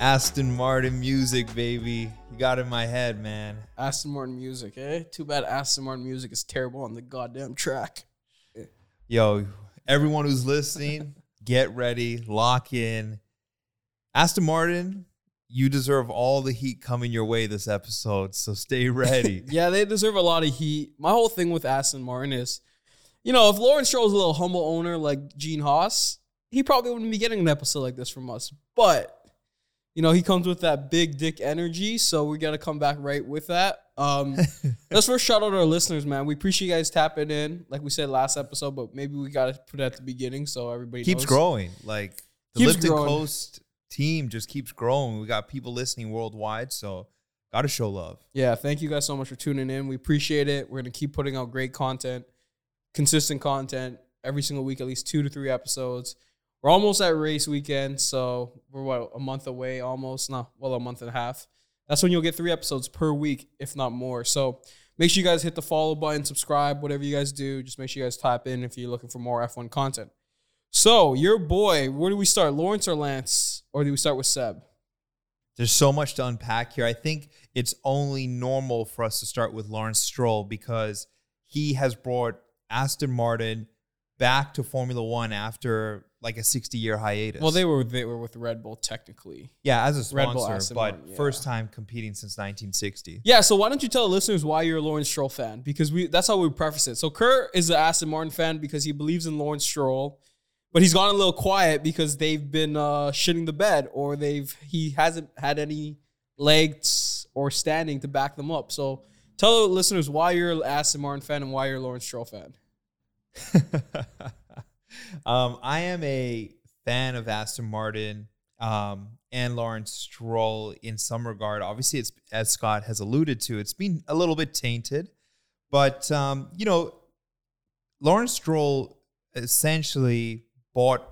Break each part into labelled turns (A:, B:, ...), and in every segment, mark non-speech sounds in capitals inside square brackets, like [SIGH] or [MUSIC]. A: Aston Martin music, baby. You got in my head, man.
B: Aston Martin music, eh? Too bad Aston Martin music is terrible on the goddamn track.
A: Yo, everyone who's listening, get ready, lock in. Aston Martin, you deserve all the heat coming your way this episode, so stay ready.
B: [LAUGHS] Yeah, they deserve a lot of heat. My whole thing with Aston Martin is, you know, if Lawrence Stroll's a little humble owner like Gene Haas, he probably wouldn't be getting an episode like this from us. But, you know, he comes with that big dick energy, so we got to come back right with that. Um, let's first shout out our listeners, man. We appreciate you guys tapping in, like we said last episode, but maybe we got to put it at the beginning so everybody
A: keeps
B: knows.
A: growing. Like the
B: Keeps
A: Lifted
B: growing.
A: Coast team just keeps growing. We got people listening worldwide, so gotta show love.
B: Yeah, thank you guys so much for tuning in. We appreciate it. We're going to keep putting out great content, consistent content every single week, at least two to three episodes. We're almost at race weekend, so we're what a month away almost. No, well, a month and a half. That's when you'll get three episodes per week, if not more. So make sure you guys hit the follow button, subscribe, whatever you guys do. Just make sure you guys type in if you're looking for more F1 content. So your boy, where do we start, Lawrence or Lance, or do we start with Seb?
A: There's so much to unpack here. I think it's only normal for us to start with Lawrence Stroll because he has brought Aston Martin back to Formula One after like a 60 year hiatus.
B: Well, they were they were with Red Bull technically.
A: yeah, as a sponsor,
B: Red Bull Aston
A: but
B: Martin, yeah.
A: first time competing since 1960.
B: [LAUGHS] Yeah, so why don't you tell the listeners why you're a Lawrence Stroll fan? Because we that's how we preface it. So Kerr is an Aston Martin fan because he believes in Lawrence Stroll, but he's gone a little quiet because they've been uh, shitting the bed or they've he hasn't had any legs or standing to back them up. So tell the listeners why you're an Aston Martin fan and why you're a Lawrence Stroll fan.
A: [LAUGHS] um, I am a fan of Aston Martin um, and Lawrence Stroll in some regard. Obviously, it's as Scott has alluded to, it's been a little bit tainted, but um, you know, Lawrence Stroll essentially bought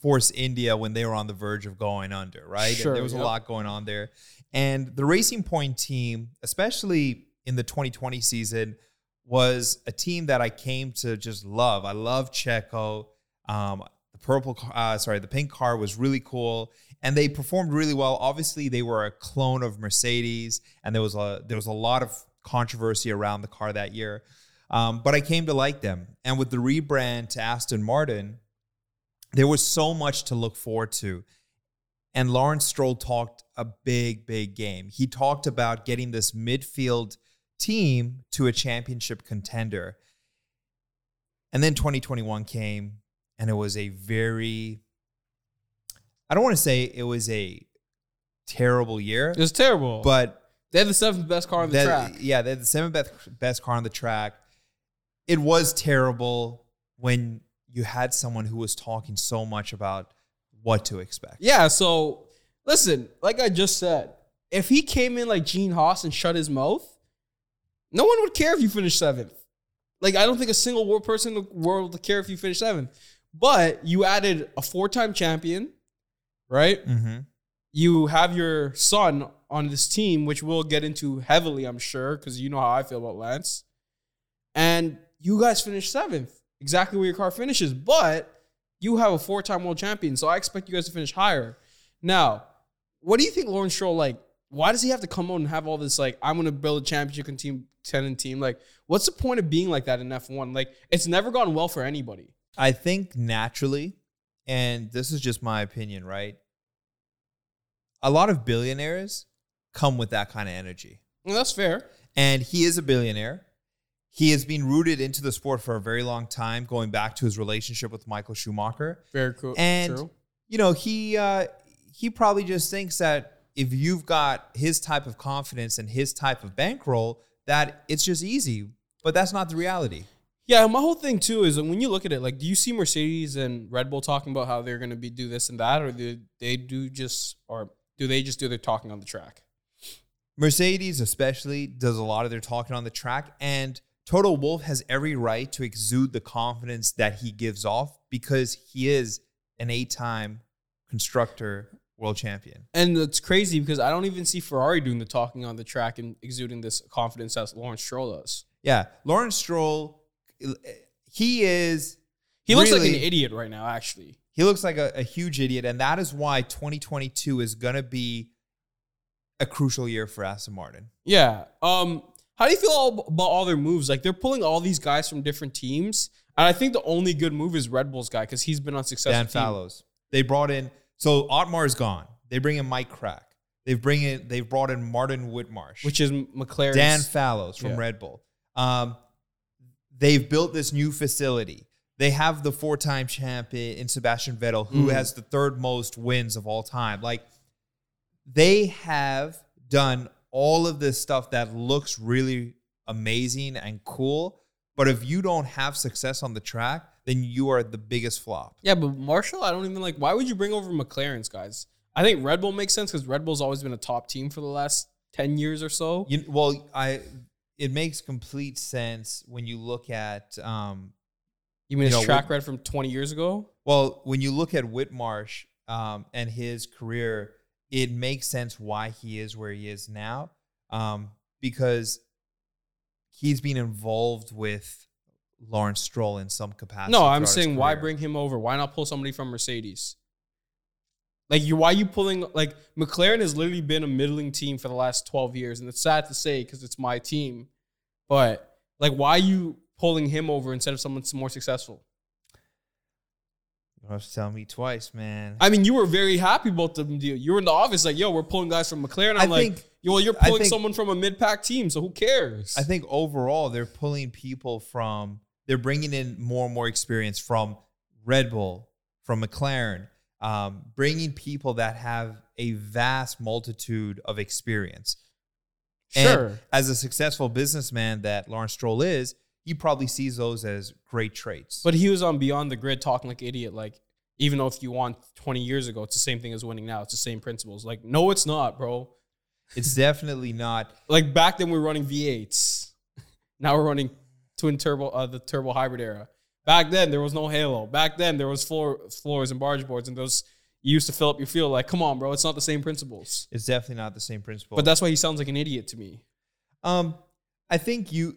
A: Force India when they were on the verge of going under, right? And
B: Sure,
A: there was a
B: yep.
A: lot going on there. And the Racing Point team, especially in the 2020 season, was a team that I came to just love. I love Checo. Um, the purple, car, uh, sorry, the pink car was really cool, and they performed really well. Obviously, they were a clone of Mercedes, and there was a there was a lot of controversy around the car that year. Um, but I came to like them, and with the rebrand to Aston Martin, there was so much to look forward to. And Lawrence Stroll talked a big, big game. He talked about getting this midfield team to a championship contender. And then 2021 came, and it was a very, I don't want to say it was a terrible year,
B: It's terrible, but
A: but
B: they had the seventh best car on the
A: that-
B: track.
A: Yeah, they had the seventh best, best car on the track. It was terrible when you had someone who was talking so much about what to expect.
B: Yeah, so listen, like I just said, if he came in like Gene Haas and shut his mouth, no one would care if you finished seventh. Like, I don't think a single world person in the world would care if you finished seventh. But you added a four time champion, right?
A: Mm-hmm.
B: You have your son on this team, which we'll get into heavily, I'm sure, because you know how I feel about Lance. And you guys finished seventh, exactly where your car finishes. But you have a four time world champion, so I expect you guys to finish higher. Now, what do you think Lawrence Stroll like? Why does he have to come out and have all this like I'm gonna build a championship and team tenant team? Like, what's the point of being like that in F1? Like, it's never gone well for anybody.
A: I think naturally, and this is just my opinion, right? A lot of billionaires come with that kind of energy.
B: Well, that's fair.
A: And he is a billionaire. He has been rooted into the sport for a very long time, going back to his relationship with Michael Schumacher.
B: Very cool.
A: And
B: True.
A: you know, he uh, he probably just thinks that if you've got his type of confidence and his type of bankroll, that it's just easy. But that's not the reality.
B: Yeah, and my whole thing too is that when you look at it, like, do you see Mercedes and Red Bull talking about how they're going to be do this and that, or do they do just, or do they just do their talking on the track?
A: Mercedes, especially, does a lot of their talking on the track, and Toto Wolf has every right to exude the confidence that he gives off because he is an eight-time constructor world champion.
B: And it's crazy because I don't even see Ferrari doing the talking on the track and exuding this confidence as Lawrence Stroll does.
A: Yeah, Lawrence Stroll, he is
B: He looks like
A: really-
B: an idiot right now, actually.
A: He looks like a, a huge idiot, and that is why 2022 is going to be a crucial year for Aston Martin.
B: Yeah. Um, how do you feel all, about all their moves? Like they're pulling all these guys from different teams, and I think the only good move is Red Bull's guy because he's been on successful.
A: Dan
B: team.
A: Fallows. They brought in so Otmar is gone. They bring in Mike Crack. They've bring in they've brought in Martin Whitmarsh,
B: which is McLaren.
A: Dan Fallows from
B: Yeah.
A: Red Bull. Um, they've built this new facility. They have the four-time champion in Sebastian Vettel, who
B: Mhm.
A: has the third most wins of all time. Like they have done all of this stuff that looks really amazing and cool. But if you don't have success on the track, then you are the biggest flop.
B: yeah, but Marshall, I don't even like. Why would you bring over McLaren's guys? I think Red Bull makes sense because Red Bull's always been a top team for the last ten years or so.
A: You, well, I it makes complete sense when you look at um,
B: You mean
A: You
B: his
A: know,
B: track
A: we-
B: record from twenty years ago?
A: well when you look at Whitmarsh um, and his career, it makes sense why he is where he is now um, because he's been involved with Lawrence Stroll in some capacity.
B: No, I'm
A: throughout his
B: saying why
A: career.
B: bring him over? Why not pull somebody from Mercedes? Like you, why you pulling? Like McLaren has literally been a middling team for the last 12 years, and it's sad to say because it's my team, but like why you pulling him over instead of someone more successful?
A: You don't have to tell me twice, man.
B: I mean, you were very happy about the deal. You were in the office like, yo, we're pulling guys from McLaren. I'm
A: I
B: like,
A: think-
B: yo, well, you're
A: I
B: pulling
A: think-
B: someone from a mid-pack team, so who cares?
A: I think overall they're pulling people from they're bringing in more and more experience from Red Bull, from McLaren, um, bringing people that have a vast multitude of experience. And
B: sure.
A: as a successful businessman that Lawrence Stroll is, he probably sees those as great traits.
B: But he was on Beyond the Grid talking like an idiot. Like, even though if you won 20 years ago, it's the same thing as winning now. It's the same principles. Like, no, it's not, bro.
A: it's definitely not.
B: Like, back then we were running V8s. [LAUGHS] Now we're running twin turbo, uh, the turbo hybrid era. Back then there was no halo. Back then there was floor, floors and barge boards, and those you used to fill up your field. Like, come on, bro, it's not the same principles.
A: It's definitely not the same principle.
B: But that's why he sounds like an idiot to me.
A: Um, I think you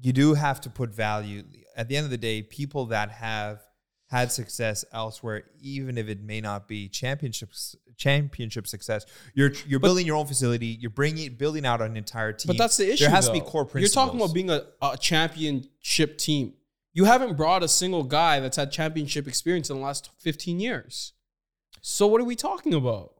A: you do have to put value at the end of the day. People that have had success elsewhere, even if it may not be championships championship success, you're you're building your own facility. You're bringing building out an entire team.
B: But that's the issue.
A: There has to be
B: though.
A: core
B: You're
A: principles.
B: talking about being a, a championship team. You haven't brought a single guy that's had championship experience in the last 15 years. So what are we talking about?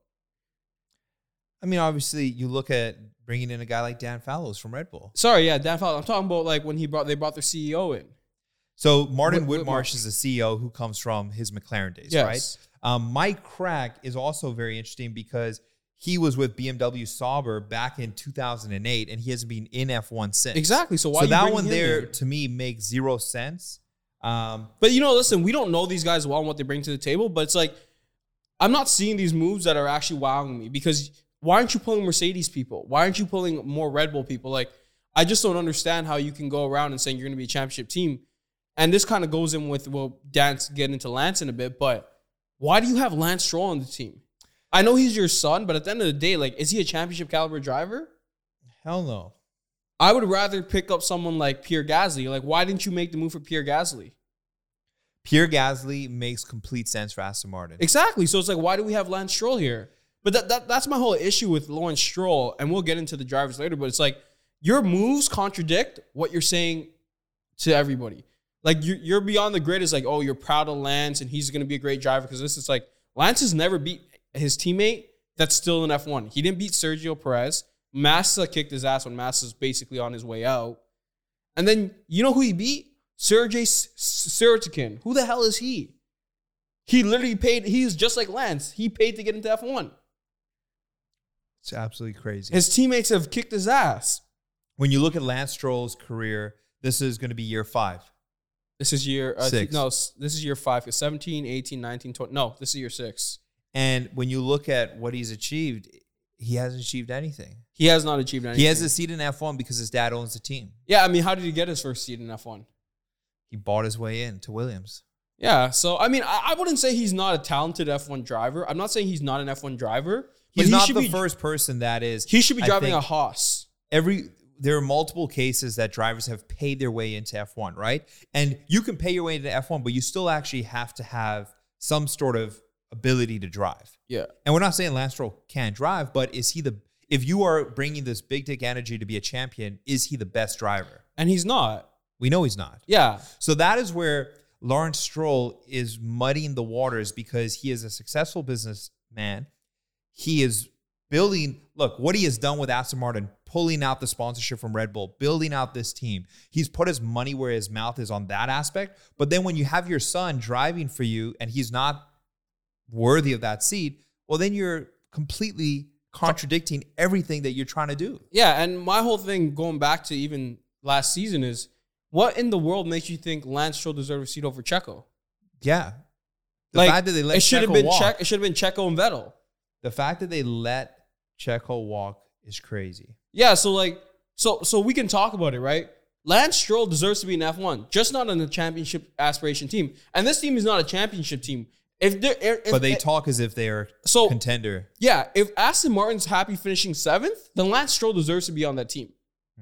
A: I mean, obviously, you look at bringing in a guy like Dan Fallows from Red Bull.
B: Sorry, yeah, Dan Fowler. I'm talking about like when he brought they brought their CEO in.
A: So Martin
B: Whit-
A: Whitmarsh
B: Whitmarsh.
A: is a CEO who comes from his McLaren days,
B: Yes.
A: right? Um, Mike Crack is also very interesting because he was with BMW Sauber back in 2008, and he hasn't been in F1 since.
B: Exactly. So why
A: so
B: you
A: that
B: bring
A: one
B: him
A: there
B: in?
A: to me makes zero sense. Um,
B: But you know, listen, we don't know these guys well and what they bring to the table, but it's like I'm not seeing these moves that are actually wowing me because why aren't you pulling Mercedes people? Why aren't you pulling more Red Bull people? Like, I just don't understand how you can go around and saying you're gonna be a championship team. And this kind of goes in with well, Dan's get into Lance in a bit, but why do you have Lance Stroll on the team? I know he's your son, but at the end of the day, like, is he a championship caliber driver?
A: hell no.
B: I would rather pick up someone like Pierre Gasly. Like, why didn't you make the move for Pierre Gasly?
A: Pierre Gasly makes complete sense for Aston Martin.
B: Exactly. So it's like, why do we have Lance Stroll here? But that, that that's my whole issue with Lawrence Stroll, and we'll get into the drivers later. But it's like your moves contradict what you're saying to everybody. Like you, you're beyond the grid is like, oh, you're proud of Lance, and he's going to be a great driver because this is like Lance has never beat his teammate that's still in F1. He didn't beat Sergio Perez. Massa kicked his ass when Massa's basically on his way out. And then you know who he beat? Sergey Surtikin. Who the hell is he? He literally paid. He's just like Lance. He paid to get into F1.
A: It's absolutely crazy.
B: His teammates have kicked his ass.
A: when you look at Lance Stroll's career, this is going to be year five.
B: This is year uh,
A: Six.
B: No, s- this is year five. 'cause 17, 18, 19, 20. No, this is year six.
A: And when you look at what he's achieved, he hasn't achieved anything.
B: He has not achieved anything.
A: He has a seat in F1 because his dad owns the team.
B: Yeah, I mean, how did he get his first seat in F1?
A: He bought his way in to Williams.
B: Yeah, so I mean, I, I wouldn't say he's not a talented F1 driver. I'm not saying he's not an F1 driver.
A: He's
B: he
A: not
B: should
A: the
B: be,
A: first person that is.
B: He should be
A: I
B: driving a
A: think
B: Haas.
A: every. There are multiple cases that drivers have paid their way into F1, right? And you can pay your way into F1, but you still actually have to have some sort of ability to drive.
B: Yeah.
A: And we're not saying Lance Stroll can't drive, but is he the if you are bringing this big dick energy to be a champion, is he the best driver?
B: And he's not.
A: We know he's not.
B: Yeah.
A: So that is where Lawrence Stroll is muddying the waters because he is a successful businessman. He is building, look, what he has done with Aston Martin, pulling out the sponsorship from Red Bull, building out this team. He's put his money where his mouth is on that aspect. But then when you have your son driving for you and he's not worthy of that seat, well, then you're completely contradicting everything that you're trying to do.
B: Yeah. And my whole thing going back to even last season is what in the world makes you think Lance Stroll deserves a seat over Checo?
A: Yeah. The
B: Like,
A: fact that they let
B: it should have
A: Checo
B: been
A: walk-
B: Checo. It should have been Checo and Vettel.
A: The fact that they let Checo walk is crazy.
B: Yeah, so like so so we can talk about it, right? Lance Stroll deserves to be in F1, just not on a championship aspiration team. And this team is not a championship team. If they're if, Oh.
A: but they
B: if-
A: talk as if they are
B: So-
A: contender.
B: yeah, if Aston Martin's happy finishing seventh, then Lance Stroll deserves to be on that team.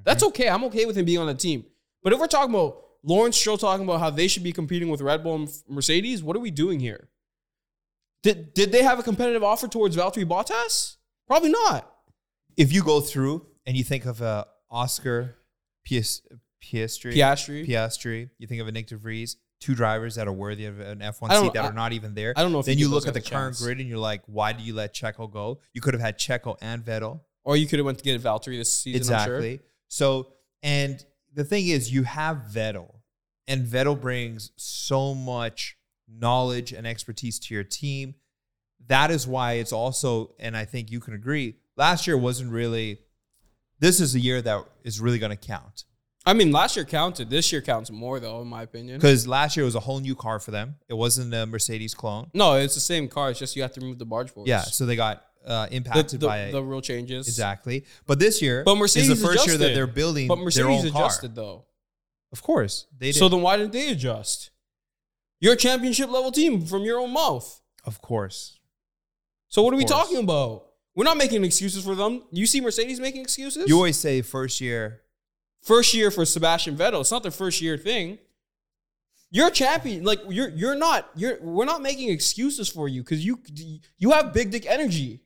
B: That's
A: Mhm.
B: okay. I'm okay with him being on that team. But if we're talking about Lawrence Stroll talking about how they should be competing with Red Bull and Mercedes, what are we doing here? Did did they have a competitive offer towards Valtteri Bottas? Probably not.
A: If you go through and you think of uh, Oscar Pias- Piastri,
B: Piastri.
A: Piastri, you think of a Nick De Vries, two drivers that are worthy of an
B: I
A: F1
B: don't-
A: seat that
B: I-
A: are not even there.
B: I don't know if
A: Then you
B: you give
A: look
B: those
A: at the
B: guys a
A: current
B: chance.
A: grid and you're like, why do you let Checo go? You could have had Checo and Vettel.
B: Or you could have went to get Valtteri this season. I'm sure.
A: exactly. So, and the thing is, you have Vettel, and Vettel brings so much knowledge and expertise to your team. That is why it's also, and I think you can agree, last year wasn't really. This is a year that is really going to count
B: I mean, last year counted. This year counts more, though, in my opinion.
A: because last year was a whole new car for them. It wasn't a Mercedes clone.
B: No, it's the same car. It's just you have to remove the barge boards.
A: Yeah, so they got uh,
B: The,
A: impacted by
B: the,
A: it.
B: the real changes.
A: exactly. But this year,
B: But Mercedes
A: is the first year that
B: adjusted.
A: they're building
B: But
A: their
B: Mercedes
A: own car.
B: adjusted, though.
A: Of course, they did.
B: So then why didn't they adjust? You're a championship level team from your own mouth.
A: of course,
B: So what are we
A: course.
B: talking about? We're not making excuses for them. You see Mercedes making excuses?
A: You always say first year.
B: first year for Sebastian Vettel. It's not the first year thing. You're a champion. Like you're you're not you're we're not making excuses for you because you you have big dick energy.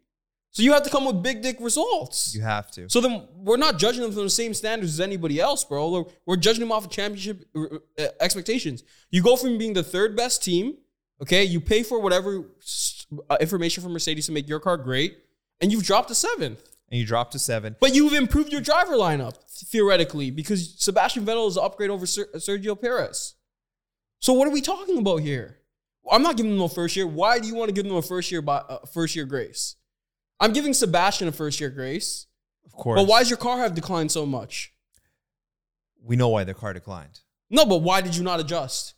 B: So you have to come with big dick results.
A: You have to.
B: So then we're not judging them from the same standards as anybody else, bro. We're, we're judging them off of championship uh, expectations. You go from being the third best team, okay? You pay for whatever s- uh, information from Mercedes to make your car great, and you've dropped to seventh.
A: And you drop to seven.
B: But you've improved your driver lineup theoretically because Sebastian Vettel is an upgrade over Ser- uh, Sergio Perez. So what are we talking about here? I'm not giving them a first year. Why do you want to give them a first year by, uh, first year grace? I'm giving Sebastian a first year grace.
A: Of course.
B: But why does your car have declined so much?
A: We know why their car declined.
B: No, but why did you not adjust?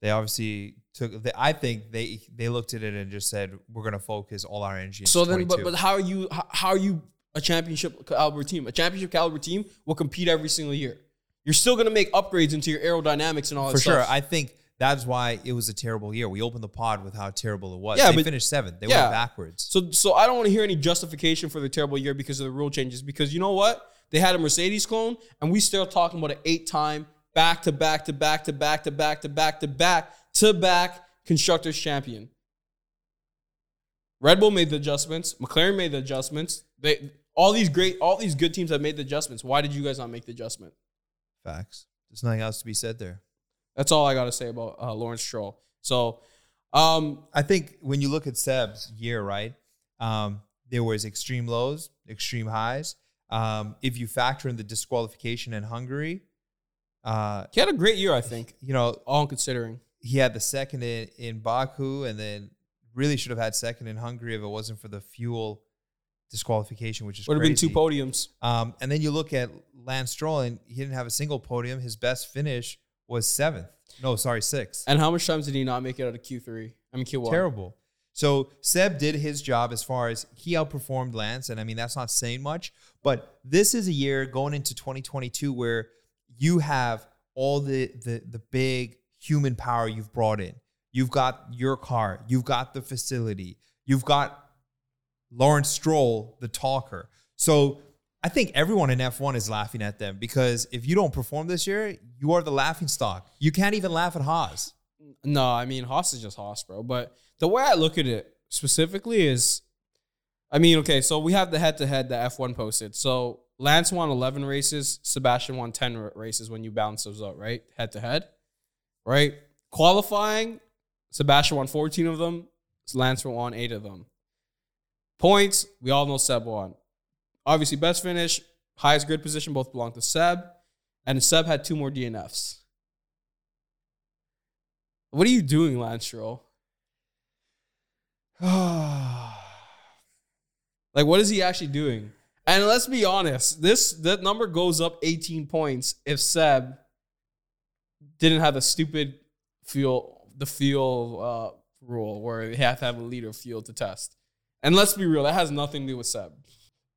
A: They obviously took. They, I think they they looked at it and just said, "We're going to focus all our energy." into
B: So then, but,
A: 22."
B: but how are you how, how are you a championship caliber team? A championship caliber team will compete every single year. You're still going to make upgrades into your aerodynamics and all that
A: for
B: stuff.
A: sure, I think that's why it was a terrible year. We opened the pod with how terrible it was.
B: Yeah,
A: they
B: but-
A: finished seventh. They
B: yeah.
A: went backwards.
B: So so I don't want to hear any justification for the terrible year because of the rule changes. Because you know what? They had a Mercedes clone, and we still talking about an eight-time back to back to back to back to back to back to back to back constructors champion. Red Bull made the adjustments. McLaren made the adjustments. They all these great, all these good teams have made the adjustments. Why did you guys not make the adjustment?
A: Facts. There's nothing else to be said there.
B: That's all I got to say about uh, Lawrence Stroll. So, um,
A: I think when you look at Seb's year, right, um, there was extreme lows, extreme highs. Um, if you factor in the disqualification in Hungary, uh,
B: he had a great year, I think,
A: you know,
B: all considering.
A: he had the second in, in Baku and then really should have had second in Hungary if it wasn't for the fuel disqualification, which is
B: Would have been two
A: crazy.
B: podiums.
A: Um, and then you look at Lance Stroll and he didn't have a single podium. His best finish was seventh. No, sorry, sixth.
B: And how much times did he not make it out of Q three? I mean Q one.
A: Terrible. So Seb did his job as far as he outperformed Lance, and I mean that's not saying much, but this is a year going into 2022 where you have all the the the big human power you've brought in. You've got your car, you've got the facility, you've got Lawrence Stroll, the talker. So I think everyone in F1 is laughing at them because if you don't perform this year, you are the laughing stock. You can't even laugh at Haas. [SIGHS]
B: No, I mean Haas is just Haas, bro. But the way I look at it specifically is, I mean, okay, so we have the head-to-head that F1 posted. So Lance won 11 races, Sebastian won 10 r- races when you balance those out, right? Head-to-head, right? Qualifying, Sebastian won 14 of them, Lance won eight of them. Points, we all know Seb won. Obviously, best finish, highest grid position, both belong to Seb, and Seb had two more DNFs. What are you doing, Lance Stroll? Like, what is he actually doing? And let's be honest, this that number goes up 18 points if Seb didn't have the stupid fuel, the fuel uh, rule where you have to have a liter of fuel to test. And let's be real, that has nothing to do with Seb.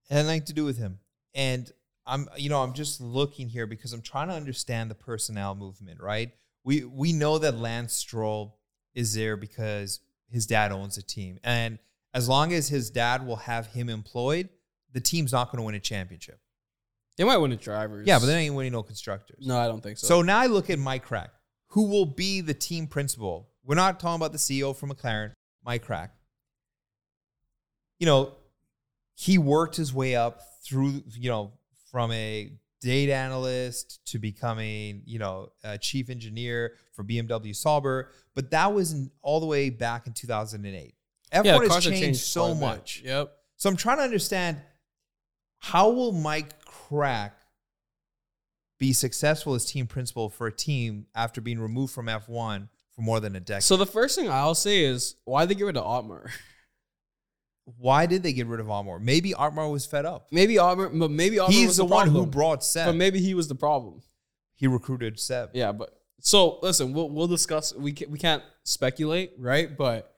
A: It had nothing to do with him. And I'm, you know, I'm just looking here because I'm trying to understand the personnel movement, right? We we know that Lance Stroll is there because his dad owns the team, and as long as his dad will have him employed, the team's not going to win a championship.
B: They might win the drivers.
A: Yeah, but they ain't winning no constructors.
B: no, I don't think so.
A: So now I look at Mike Crack, who will be the team principal. We're not talking about the CEO from McLaren, Mike Crack. You know, he worked his way up through, you know, from a data analyst to becoming, you know, a chief engineer for BMW Sauber, but that was in, all the way back in 2008. F1
B: yeah,
A: has
B: cars have
A: changed,
B: quite
A: so
B: a bit.
A: much.
B: Yep.
A: So I'm trying to understand how will Mike Crack be successful as team principal for a team after being removed from F1 for more than a decade?
B: So the first thing I'll say is why they get rid of Otmar. [LAUGHS]
A: Why did they get rid of Armour? Maybe Armour was fed up.
B: Maybe Otmar, but maybe Otmar
A: He's
B: was
A: the, one who
B: problem.
A: brought
B: But
A: Seb.
B: maybe he was the problem.
A: he recruited Seb.
B: Yeah, but so listen, we'll we'll discuss. We can, we can't speculate, right? But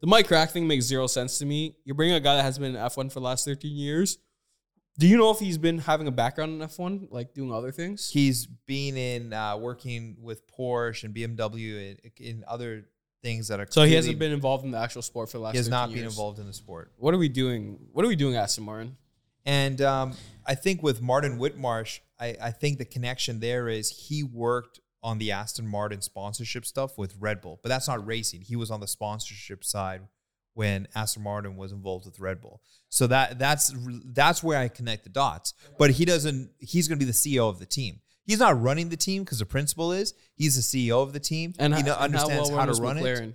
B: the Mike Crack thing makes zero sense to me. You're bringing a guy that has been in F1 for the last 13 years. Do you know if he's been having a background in F1, like doing other things?
A: He's been in uh, working with Porsche and BMW and in other things that are.
B: so he
A: completely-
B: hasn't been involved in the actual sport for the last.
A: He has
B: 13
A: not been
B: years.
A: involved in the sport.
B: What are we doing? What are we doing, Aston Martin?
A: And um, I think with Martin Whitmarsh, I, I think the connection there is he worked on the Aston Martin sponsorship stuff with Red Bull, but that's not racing. He was on the sponsorship side when Aston Martin was involved with Red Bull. So that that's that's where I connect the dots. But he doesn't. He's going to be the CEO of the team. He's not running the team because the principal is. He's the CEO of the team.
B: And
A: he
B: ho-
A: kno-
B: and
A: understands
B: well
A: how to
B: was
A: run it.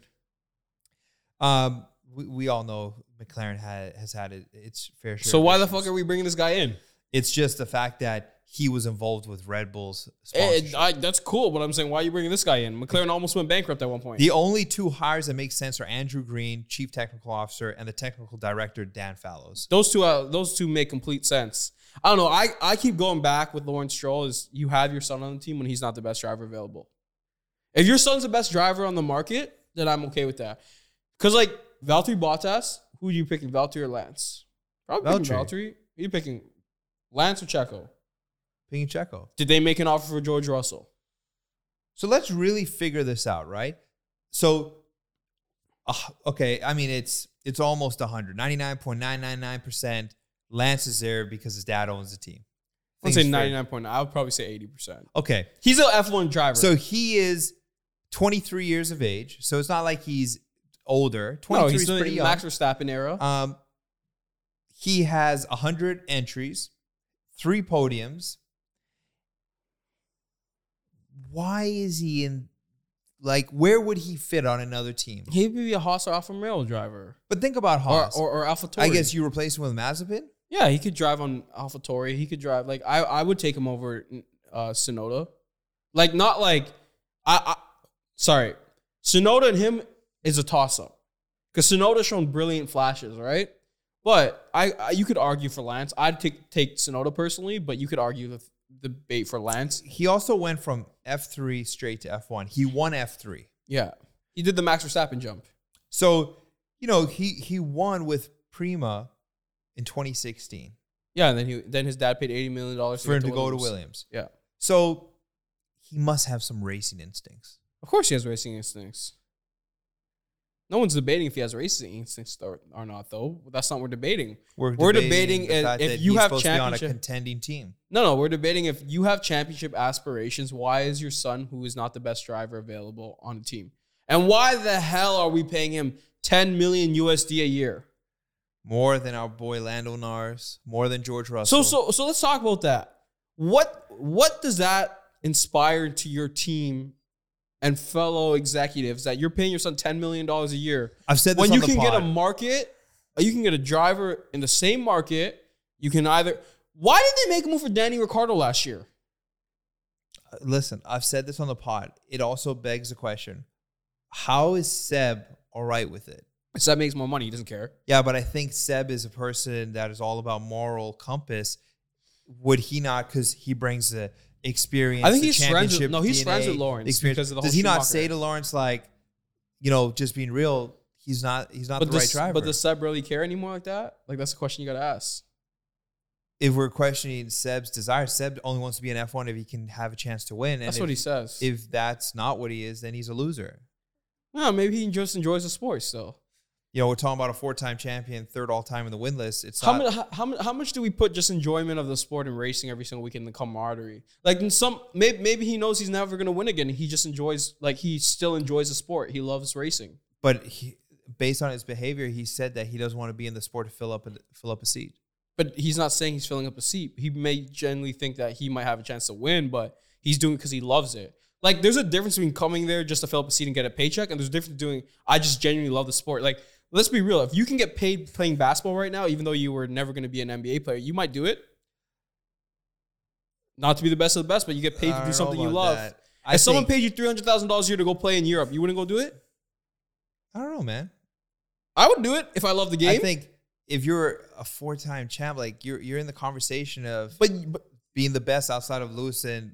B: McLaren?
A: Um, we, we all know McLaren had, has had it, its fair share.
B: So
A: of
B: why the
A: issues.
B: fuck are we bringing this guy in?
A: It's just the fact that he was involved with Red Bull's
B: Eh,
A: sponsorship.
B: I, that's cool, but I'm saying why are you bringing this guy in? McLaren almost went bankrupt at one point.
A: the only two hires that make sense are Andrew Green, chief technical officer, and the technical director Dan Fallows.
B: Those two, uh, those two make complete sense. I don't know. I, I keep going back with Lawrence Stroll is you have your son on the team when he's not the best driver available. If your son's the best driver on the market, then I'm okay with that. Because like Valtteri Bottas, who are you picking, Valtteri or Lance? Probably picking
A: Valtteri.
B: Valtteri. Who are you picking Lance or Checo?
A: Ping Checo.
B: Did they make an offer for George Russell?
A: So let's really figure this out, right? So, uh, okay, I mean it's it's almost 100, 99.999%. Lance is there because his dad owns the team.
B: I'd say
A: Things fair.
B: 99.9. I would probably say 80%.
A: Okay,
B: He's an F1 driver.
A: so he is 23 years of age. So it's not like he's older. 23
B: no, he's
A: is
B: still
A: pretty
B: in
A: young.
B: Max Verstappen era.
A: Um, he has 100 entries, three podiums. Why is he in, like, where would he fit on another team?
B: He'd be a Haas or Alfa Romeo driver.
A: But think about
B: Or,
A: Haas.
B: or, or Alfa
A: I guess you replace him with Mazepin?
B: Yeah, he could drive on AlphaTauri. He could drive like I, I would take him over uh Sonoda. Like not like I, I sorry. Sonoda and him is a toss up. Cuz Sonoda's shown brilliant flashes, right? But I, I you could argue for Lance. I'd take take Sonoda personally, but you could argue the the bait for Lance.
A: He also went from F3 straight to F1. He won F3.
B: Yeah. He did the Max Verstappen jump.
A: So, you know, he, he won with Prima in 2016
B: Yeah, and then he then his dad paid 80 million dollars
A: for him to go to Williams.
B: Yeah.
A: So he must have some racing instincts.
B: Of course he has racing instincts. No one's debating if he has racing instincts or, or not, though. That's not what we're debating. We're debating
A: the
B: if-
A: fact
B: if
A: that
B: you
A: he's
B: have
A: supposed to be on a
B: championship-
A: contending team.
B: No, no, we're debating if you have championship aspirations, why is your son, who is not the best driver available, on a team? And why the hell are we paying him 10 million USD a year?
A: More than our boy Lando Nars, more than George
B: So
A: Russell.
B: so so let's talk about that. What what does that inspire to your team and fellow executives that you're paying your son 10 million dollars a year?
A: I've said this
B: when
A: on
B: you
A: the
B: can get a
A: pod.
B: market, uh, you can get a driver in the same market. You can either. Why did they make a move for Danny Ricardo last year?
A: listen, I've said this on the pod. It also begs the question: How is Seb all right with it?
B: So that makes more money. He doesn't care.
A: Yeah, but I think Seb is a person that is all about moral compass. Would he not? Because he brings the experience.
B: I think
A: the
B: he's friends with-
A: championship
B: no, he's
A: DNA,
B: friends with Lawrence
A: the experience.
B: because of the
A: Does
B: whole
A: he not
B: Schumacher.
A: say to Lawrence like, you know, just being real, he's not he's not
B: But
A: the
B: does,
A: right driver.
B: but does Seb really care anymore like that? Like that's a question you got to ask.
A: if we're questioning Seb's desire, Seb only wants to be an F one if he can have a chance to win. And
B: That's
A: if,
B: what he says.
A: if that's not what he is, then he's a loser.
B: no, maybe he just enjoys the sport still.
A: You know, we're talking about a four time champion, third all time in the win list. It's
B: How,
A: not,
B: mu- how, how, mu- how much do we put just enjoyment of the sport and racing every single week in the camaraderie? Like in some, maybe, maybe he knows he's never going to win again. He just enjoys, like he still enjoys the sport. He loves racing.
A: but he, based on his behavior, he said that he doesn't want to be in the sport to fill up a, fill up a seat.
B: But he's not saying he's filling up a seat. He may genuinely think that he might have a chance to win, but he's doing it because he loves it. Like there's a difference between coming there just to fill up a seat and get a paycheck, and there's a difference doing I just genuinely love the sport. Like let's be real, if you can get paid playing basketball right now, even though you were never going to be an NBA player, you might do it. Not to be the best of the best, but you get
A: I
B: paid to
A: don't know
B: do something you
A: about
B: love.
A: that.
B: If
A: I
B: someone
A: think-
B: paid you three hundred thousand dollars a year to go play in Europe, you wouldn't go do it.
A: I don't know, man.
B: I would do it if I love the game.
A: I think if you're a four time champ, like you're you're in the conversation of
B: but, but
A: being the best outside of Lewis and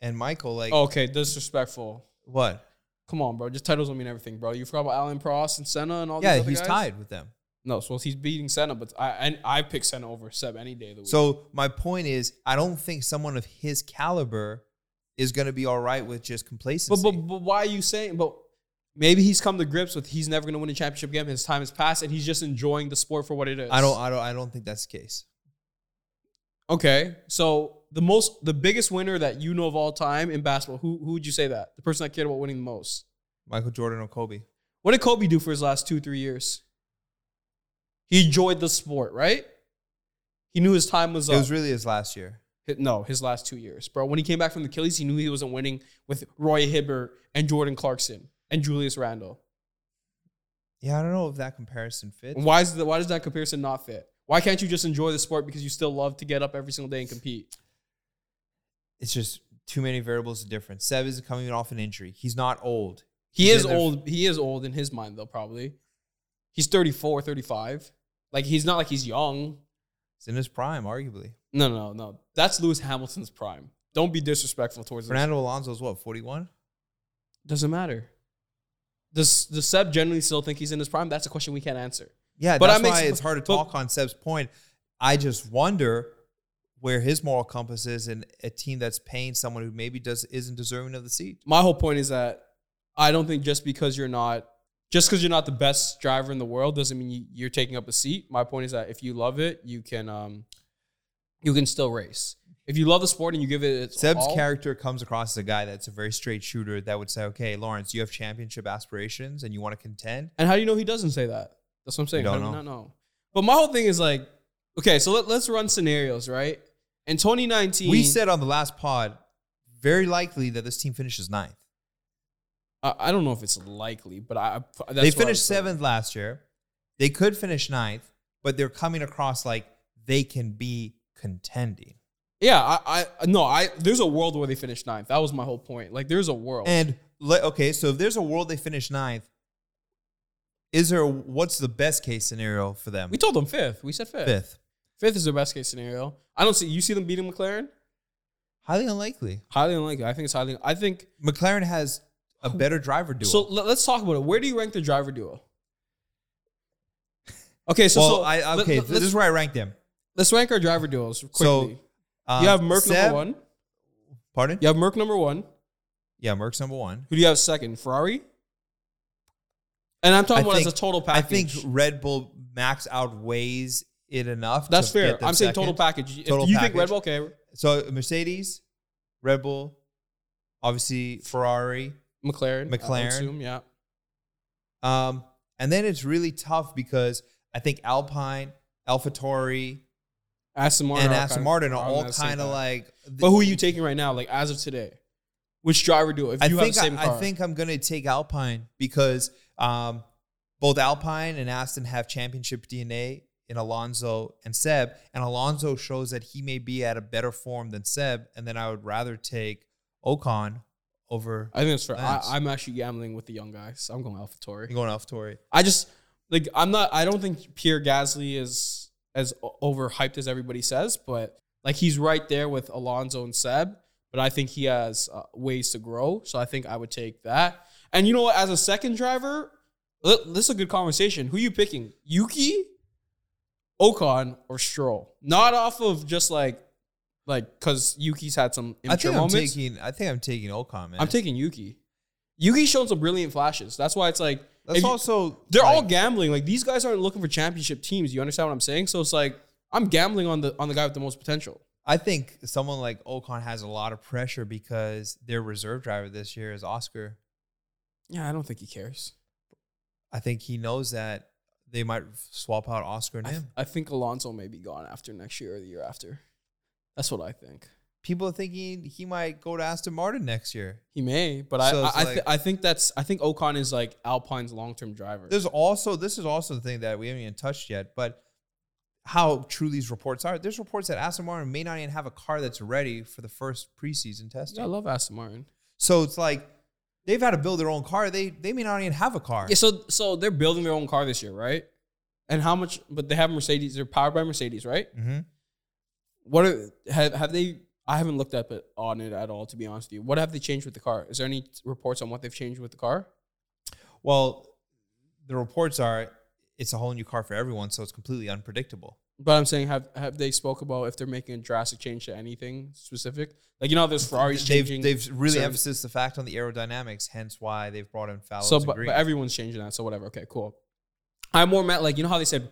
A: and Michael. Like
B: okay, disrespectful.
A: what?
B: Come on, bro. Just titles don't mean everything, bro. You forgot about Alan Prost and Senna and all these
A: Yeah,
B: other
A: he's
B: guys?
A: tied with them.
B: No, so he's beating Senna, but I I, I pick Senna over Seb any day of the week.
A: So my point is, I don't think someone of his caliber is going to be all right with just
B: but,
A: complacency.
B: but but why are you saying? But maybe he's come to grips with he's never going to win a championship game. His time has passed, and he's just enjoying the sport for what it is.
A: I don't, I don't, I don't think that's the case.
B: Okay, so the most the biggest winner that you know of all time in basketball, who who would you say that? The person that cared about winning the most.
A: Michael Jordan or Kobe.
B: What did Kobe do for his last two, three years? He enjoyed the sport, right? He knew his time was up.
A: It was really his last year.
B: Hi- No, his last two years, bro. When he came back from the Achilles, he knew he wasn't winning with Roy Hibbert and Jordan Clarkson and Julius Randle.
A: Yeah, I don't know if that comparison fits.
B: And why is the, why does that comparison not fit? Why can't you just enjoy the sport because you still love to get up every single day and compete?
A: It's just too many variables of difference. Seb is coming off an injury. He's not old.
B: He
A: He's
B: is
A: in there-
B: old. He is old in his mind though, probably. He's 34, 35. Like he's not like he's young.
A: He's in his prime, arguably.
B: No, no, no. That's Lewis Hamilton's prime. Don't be disrespectful towards him.
A: Fernando Alonso is what, 41?
B: Doesn't matter. Does does Seb generally still think he's in his prime? That's a question we can't answer.
A: Yeah, but
B: But
A: that's
B: I'm ex-
A: why it's hard to
B: but-
A: talk on Seb's point. I just wonder where his moral compass is in a team that's paying someone who maybe does isn't deserving of the seat.
B: my whole point is that I don't think just because you're not just because you're not the best driver in the world doesn't mean you, you're taking up a seat. My point is that if you love it, you can um you can still race. If you love the sport and you give it its
A: Seb's
B: all,
A: character comes across as a guy that's a very straight shooter that would say, "Okay, Lawrence, you have championship aspirations and you want to contend."
B: and how do you know he doesn't say that? That's what I'm saying.
A: We
B: How
A: don't
B: do we
A: know.
B: not know? But my whole thing is like, okay, so let, let's run scenarios, right? In 2019,
A: We said on the last pod, very likely that this team finishes ninth.
B: I, I don't know if it's likely, but I I- that's
A: they
B: what I'm
A: finished
B: saying.
A: seventh last year. They could finish ninth, but they're coming across like they can be contending.
B: Yeah, I, I no, I there's a world where they finished ninth. That was my whole point. Like, there's a world.
A: And le- okay, so if there's a world they finish ninth, is there what's the best case scenario for them?
B: We told them fifth. We said fifth. Fifth,
A: Fifth,
B: is their best case scenario. I don't see you see them beating McLaren.
A: highly unlikely.
B: Highly unlikely. I think it's highly. I think
A: McLaren has a better driver duo.
B: so. let- let's talk about it. Where do you rank the driver duo? Okay, so,
A: well,
B: so
A: I,
B: let-
A: okay,
B: let,
A: this
B: us
A: is where I rank them.
B: let's rank our driver duos quickly.
A: Um,
B: you have Merck
A: Seb-
B: number one.
A: Pardon?
B: You have Merck number one.
A: Yeah, Merck's number one.
B: Who do you have second? Ferrari. And I'm talking
A: I
B: about
A: think-
B: as a total
A: I
B: package.
A: think Red Bull max outweighs it enough.
B: that's
A: to get
B: fair.
A: them
B: I'm saying
A: second.
B: total package. If
A: Total
B: you think
A: package.
B: Red Bull, okay,
A: So Mercedes, Red Bull, obviously Ferrari,
B: McLaren, I would
A: McLaren.
B: assume, yeah.
A: Um, and then it's really tough because I think Alpine, AlphaTauri,
B: Aston Martin
A: and
B: are
A: Aston
B: kinda-
A: Martin are
B: on
A: all
B: that same
A: kind of
B: path.
A: like.
B: But who are you taking right now? Like as of today, which driver do it? If
A: I
B: you
A: think
B: have the same
A: I,
B: car,
A: think I'm gonna take Alpine because um, both Alpine and Aston have championship DNA in Alonso and Seb, and Alonso shows that he may be at a better form than Seb, and then I would rather take Ocon over.
B: I think that's fair. I,
A: Lance.
B: I'm actually gambling with the young guys. So I'm going AlphaTauri.
A: I'm going off Tory.
B: I just like I'm not. I don't think Pierre Gasly is as o- overhyped as everybody says, but like he's right there with Alonso and Seb. But I think he has uh, ways to grow. So I think I would take that. And you know what? As a second driver, li- this is a good conversation. Who you picking? Yuki, Ocon, or Stroll? Not off of just like like because Yuki's had some
A: I
B: immature
A: think
B: moments.
A: I'm taking. I think I'm taking Ocon. Man.
B: I'm taking Yuki. Yuki's shown some brilliant flashes. That's why it's like if
A: That's
B: you-
A: also
B: they're all
A: like,
B: gambling. Like these guys aren't looking for championship teams. You understand what I'm saying? So it's like I'm gambling on the on the guy with the most potential.
A: I think someone like Ocon has a lot of pressure because their reserve driver this year is Oscar.
B: Yeah, I don't think he cares.
A: I think he knows that they might swap out Oscar and
B: I,
A: him.
B: I think Alonso may be gone after next year or the year after. That's what I think.
A: People are thinking he might go to Aston Martin next year.
B: He may, but I
A: So
B: I,
A: it's
B: I, thi-
A: like-
B: I think that's I think Ocon is like Alpine's long term driver.
A: There's also this is also the thing that we haven't even touched yet, but how true these reports are. There's reports that Aston Martin may not even have a car that's ready for the first preseason testing.
B: Yeah, I love Aston Martin.
A: So it's like they've had to build their own car. They they may not even have a car.
B: Yeah, so so they're building their own car this year, right? And how much? But they have Mercedes. They're powered by Mercedes, right?
A: Mm-hmm.
B: What are, have have they? I haven't looked up at, on it at all, to be honest with you. What have they changed with the car? Is there any reports on what they've changed with the car?
A: Well, the reports are it's a whole new car for everyone, so it's completely unpredictable.
B: But I'm saying, have have they spoke about if they're making a drastic change to anything specific? Like you know, how there's Ferraris
A: they've
B: changing.
A: they've really
B: certain-
A: emphasized the fact on the aerodynamics, hence why they've brought in Fallows
B: so,
A: and
B: but,
A: Green.
B: but everyone's changing that. So whatever. Okay, cool. I more meant like you know how they said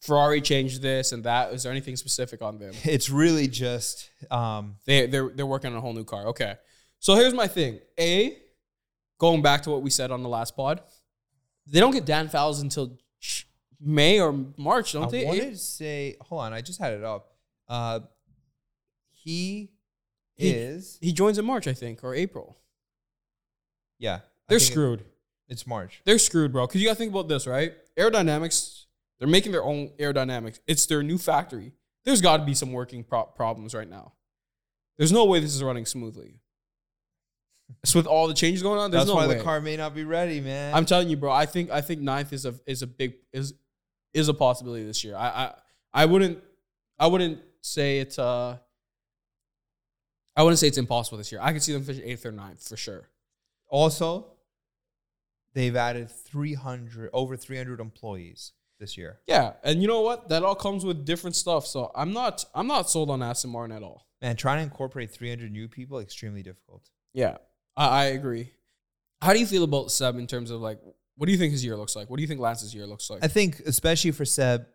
B: Ferrari changed this and that. Is there anything specific on them?
A: it's really just um,
B: They they're they're working on a whole new car. Okay. So here's my thing. A, going back to what we said on the last pod, they don't get Dan Fowles until ch- May or March, don't
A: I
B: they?
A: wanted to say, hold on, I just had it up. Uh, he,
B: He-
A: is,
B: he joins in March, I think, or April.
A: yeah. I
B: They're
A: think it-
B: screwed.
A: it's March.
B: they're screwed, bro. Because you gotta think about this, right? Aerodynamics, they're making their own aerodynamics. It's their new factory. There's got to be some working pro- problems right now. There's no way this is running smoothly. So with all the changes going on, there's
A: That's
B: no
A: why
B: way.
A: the car may not be ready, man.
B: I'm telling you, bro. I think I think ninth is a is a big is is a possibility this year. I I, I wouldn't I wouldn't say it's uh I wouldn't say it's impossible this year. I could see them finish eighth or ninth for sure.
A: also, they've added 300, over 300 employees this year.
B: Yeah, and you know what? That all comes with different stuff. So I'm not I'm not sold on Aston Martin at all.
A: Man, trying to incorporate 300 new people, extremely difficult.
B: Yeah, I, I agree. How do you feel about Seb in terms of like what do you think his year looks like? What do you think Lance's year looks like?
A: I think, especially for Seb,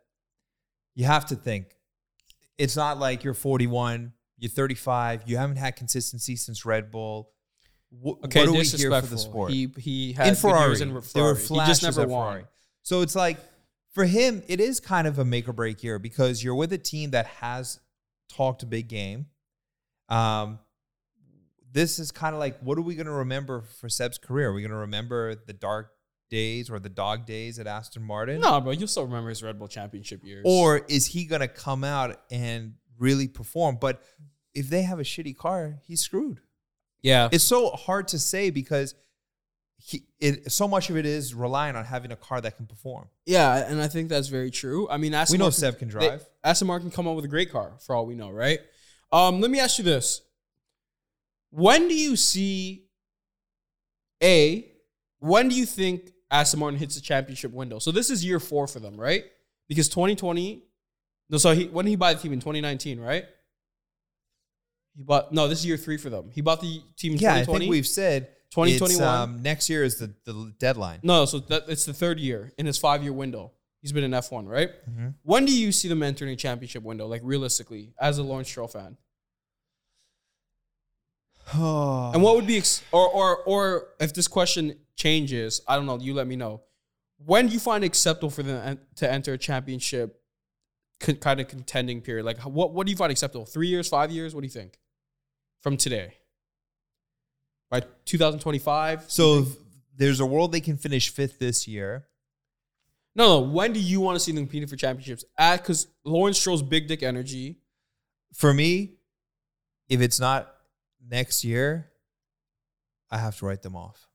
A: you have to think. It's not like you're 41, you're 35, you haven't had consistency since Red Bull. Wh-
B: okay,
A: what are we here for
B: disrespectful.
A: the sport?
B: He he had
A: in
B: good
A: Ferrari,
B: years in Ferrari.
A: there were
B: he
A: flashes
B: just never
A: at
B: won.
A: Ferrari. So it's like for him, it is kind of a make or break year because you're with a team that has talked a big game. Um, this is kind of like what are we going to remember for Seb's career? Are we going to remember the dark days or the dog days at Aston Martin?
B: No, bro, you'll still remember his Red Bull championship years.
A: or is he going to come out and really perform? But if they have a shitty car, he's screwed.
B: yeah,
A: It's so hard to say because he, it, so much of it is relying on having a car that can perform.
B: yeah, and I think that's very true. I mean, Aston
A: we know
B: Martin-
A: Seb can
B: they-
A: drive.
B: Aston Martin can come up with a great car for all we know, right? Um, let me ask you this. When do you see A, when do you think Aston Martin hits the championship window? So this is year four for them, right? Because 2020, no, so he when did he buy the team in 2019, right? He bought no, this is year three for them. He bought the team in
A: yeah, I
B: 2020.
A: think we've said it's,
B: 2021.
A: um, next year is the, the [SIGHS] deadline.
B: no, so that, it's the third year in his five year window. He's been in F1, right?
A: Mhm.
B: When do you see them entering a championship window, like realistically, as a Lawrence Stroll fan? And what would be ex- or or or if this question changes, I don't know. You let me know. when do you find it acceptable for them en- to enter a championship con- kind of contending period? Like, how- what, what do you find acceptable? Three years, five years? What do you think from today? By 2025?
A: [SIGHS] So if there's a world they can finish fifth this year.
B: No, no. When do you want to see them competing for championships? Because Lawrence Stroll's big dick energy.
A: For me, if it's not next year, I have to write them off.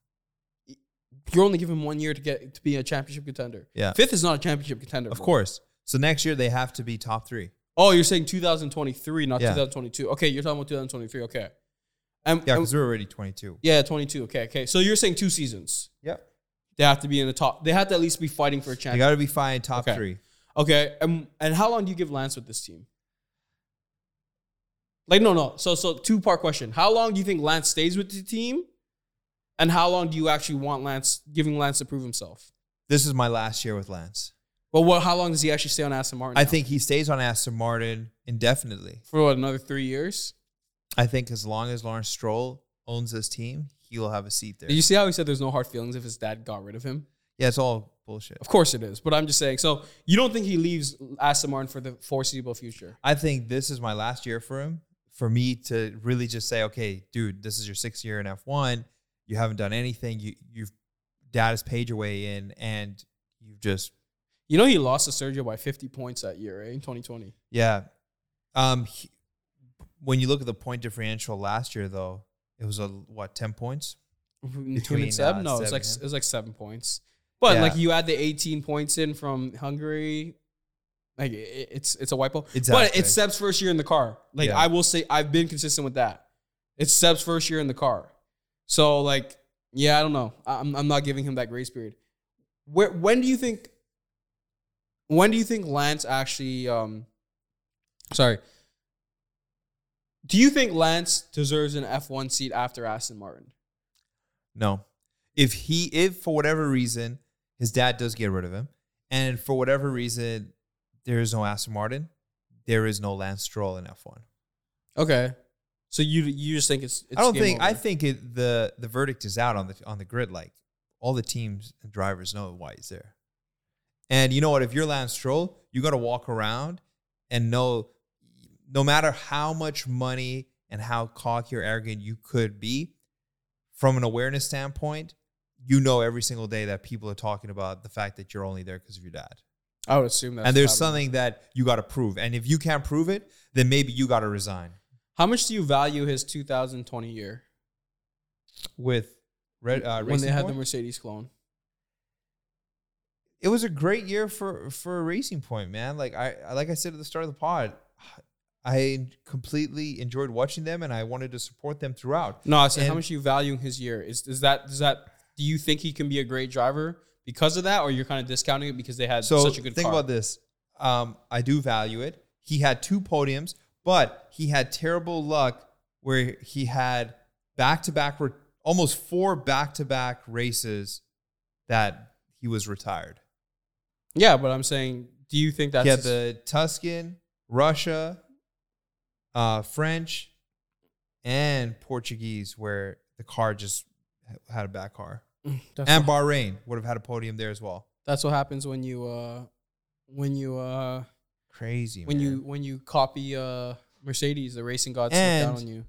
B: You're only giving him one year to get to be a championship contender.
A: Yeah.
B: Fifth is not a championship contender.
A: Of
B: bro.
A: course. So next year they have to be top three.
B: Oh, you're saying 2023, not
A: Yeah.
B: 2022. Okay, you're talking about 2023. Okay. Um,
A: Yeah,
B: um,
A: because we're already 22.
B: yeah, 22. Okay, okay. So you're saying two seasons.
A: Yeah.
B: They have to be in the top. They have to at least be fighting for a
A: They
B: championship.
A: got to be fine top
B: Okay.
A: three.
B: Okay. Um, and how long do you give Lance with this team? Like, no, no. So, so two part question. How long do you think Lance stays with the team? And how long do you actually want Lance, giving Lance to prove himself?
A: This is my last year with Lance.
B: But what, how long does he actually stay on Aston Martin?
A: I
B: now?
A: think he stays on Aston Martin indefinitely.
B: for what, another three years?
A: I think as long as Lawrence Stroll owns this team, he'll have a seat there.
B: Did you see how he said there's no hard feelings if his dad got rid of him?
A: yeah, it's all bullshit.
B: Of course it is, but I'm just saying. So you don't think he leaves Aston Martin for the foreseeable future?
A: I think this is my last year for him. For me to really just say, okay, dude, this is your sixth year in F1. You haven't done anything. You, you've dad has paid your way in, and you've just
B: You know he lost to Sergio by 50 points that year, right? In 2020.
A: yeah. Um, he- when you look at the point differential last year, though, it was a what ten points?
B: Two
A: Between,
B: and seven?
A: uh,
B: no, it's
A: seven,
B: like
A: yeah.
B: it was like seven points. But
A: Yeah.
B: like you add the 18 points in from Hungary, like i- i- it's it's a wipeout. But
A: Exactly.
B: it's Seb's first year in the car. Like
A: Yeah.
B: I will say, I've been consistent with that. It's Seb's first year in the car, so like yeah, I don't know. I- I'm I'm not giving him that grace period. Where when do you think? When do you think Lance actually? um Sorry. Do you think Lance deserves an F1 seat after Aston Martin?
A: No. If he, if for whatever reason his dad does get rid of him, and for whatever reason there is no Aston Martin, there is no Lance Stroll in F1.
B: Okay. So you you just think it's, it's
A: I don't
B: game
A: think. I
B: over.
A: think it, the the verdict is out on the on the grid. Like all the teams and drivers know why he's there. And you know what? If you're Lance Stroll, you got to walk around and know, no matter how much money and how cocky or arrogant you could be, from an awareness standpoint, you know every single day that people are talking about the fact that you're only there because of your dad.
B: I would assume that.
A: and there's something that you got to prove. And if you can't prove it, then maybe you got to resign.
B: How much do you value his 2020 year
A: With red, uh,
B: when they
A: Racing
B: had
A: Point?
B: the Mercedes clone?
A: it was a great year for for Racing Point, man. Like I I- like I said at the start of the pod, [SIGHS] I completely enjoyed watching them and I wanted to support them throughout.
B: No, I said how
A: And-
B: much do you value his year? Is is that does that do you think he can be a great driver because of that, or you're kind of discounting it because they had
A: So
B: such a good
A: think
B: car?
A: about this. Um, I do value it. He had two podiums, but he had terrible luck where he had back to back, almost four back to back races that he was retired.
B: yeah, but I'm saying, do you think that's
A: he had the Tuscan, Russia, uh, French, and Portuguese, where the car just ha- had a back car.
B: Mm, that's,
A: And
B: what,
A: Bahrain would have had a podium there as well.
B: that's what happens when you uh when you uh
A: Crazy.
B: when
A: man.
B: you when you copy uh Mercedes, the racing gods look down
A: And-
B: on you.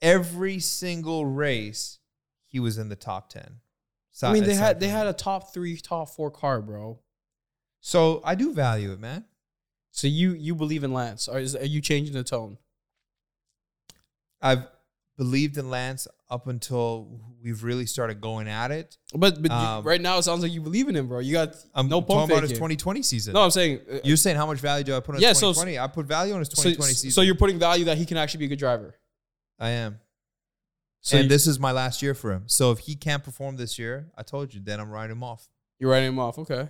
A: every single race, he was in the top ten. So,
B: I mean, they had they had a top three, top four car, bro.
A: so I do value it, man.
B: So you you believe in Lance? Or is, are you changing the tone?
A: I've believed in Lance up until we've really started going at it.
B: But but you-
A: Um,
B: right now it sounds like you believe in him, bro. You got
A: I'm
B: no
A: talking
B: pump
A: about his
B: faking.
A: 2020 season.
B: No, I'm saying uh,
A: You're saying how much value do I put on
B: Yeah,
A: his
B: so-
A: 2020? I put value on his
B: so,
A: 2020 season.
B: so you're putting value that he can actually be a good driver.
A: I am.
B: So
A: and
B: you,
A: this is my last year for him. So if he can't perform this year, I told you, then I'm writing him off.
B: you're writing him off, okay?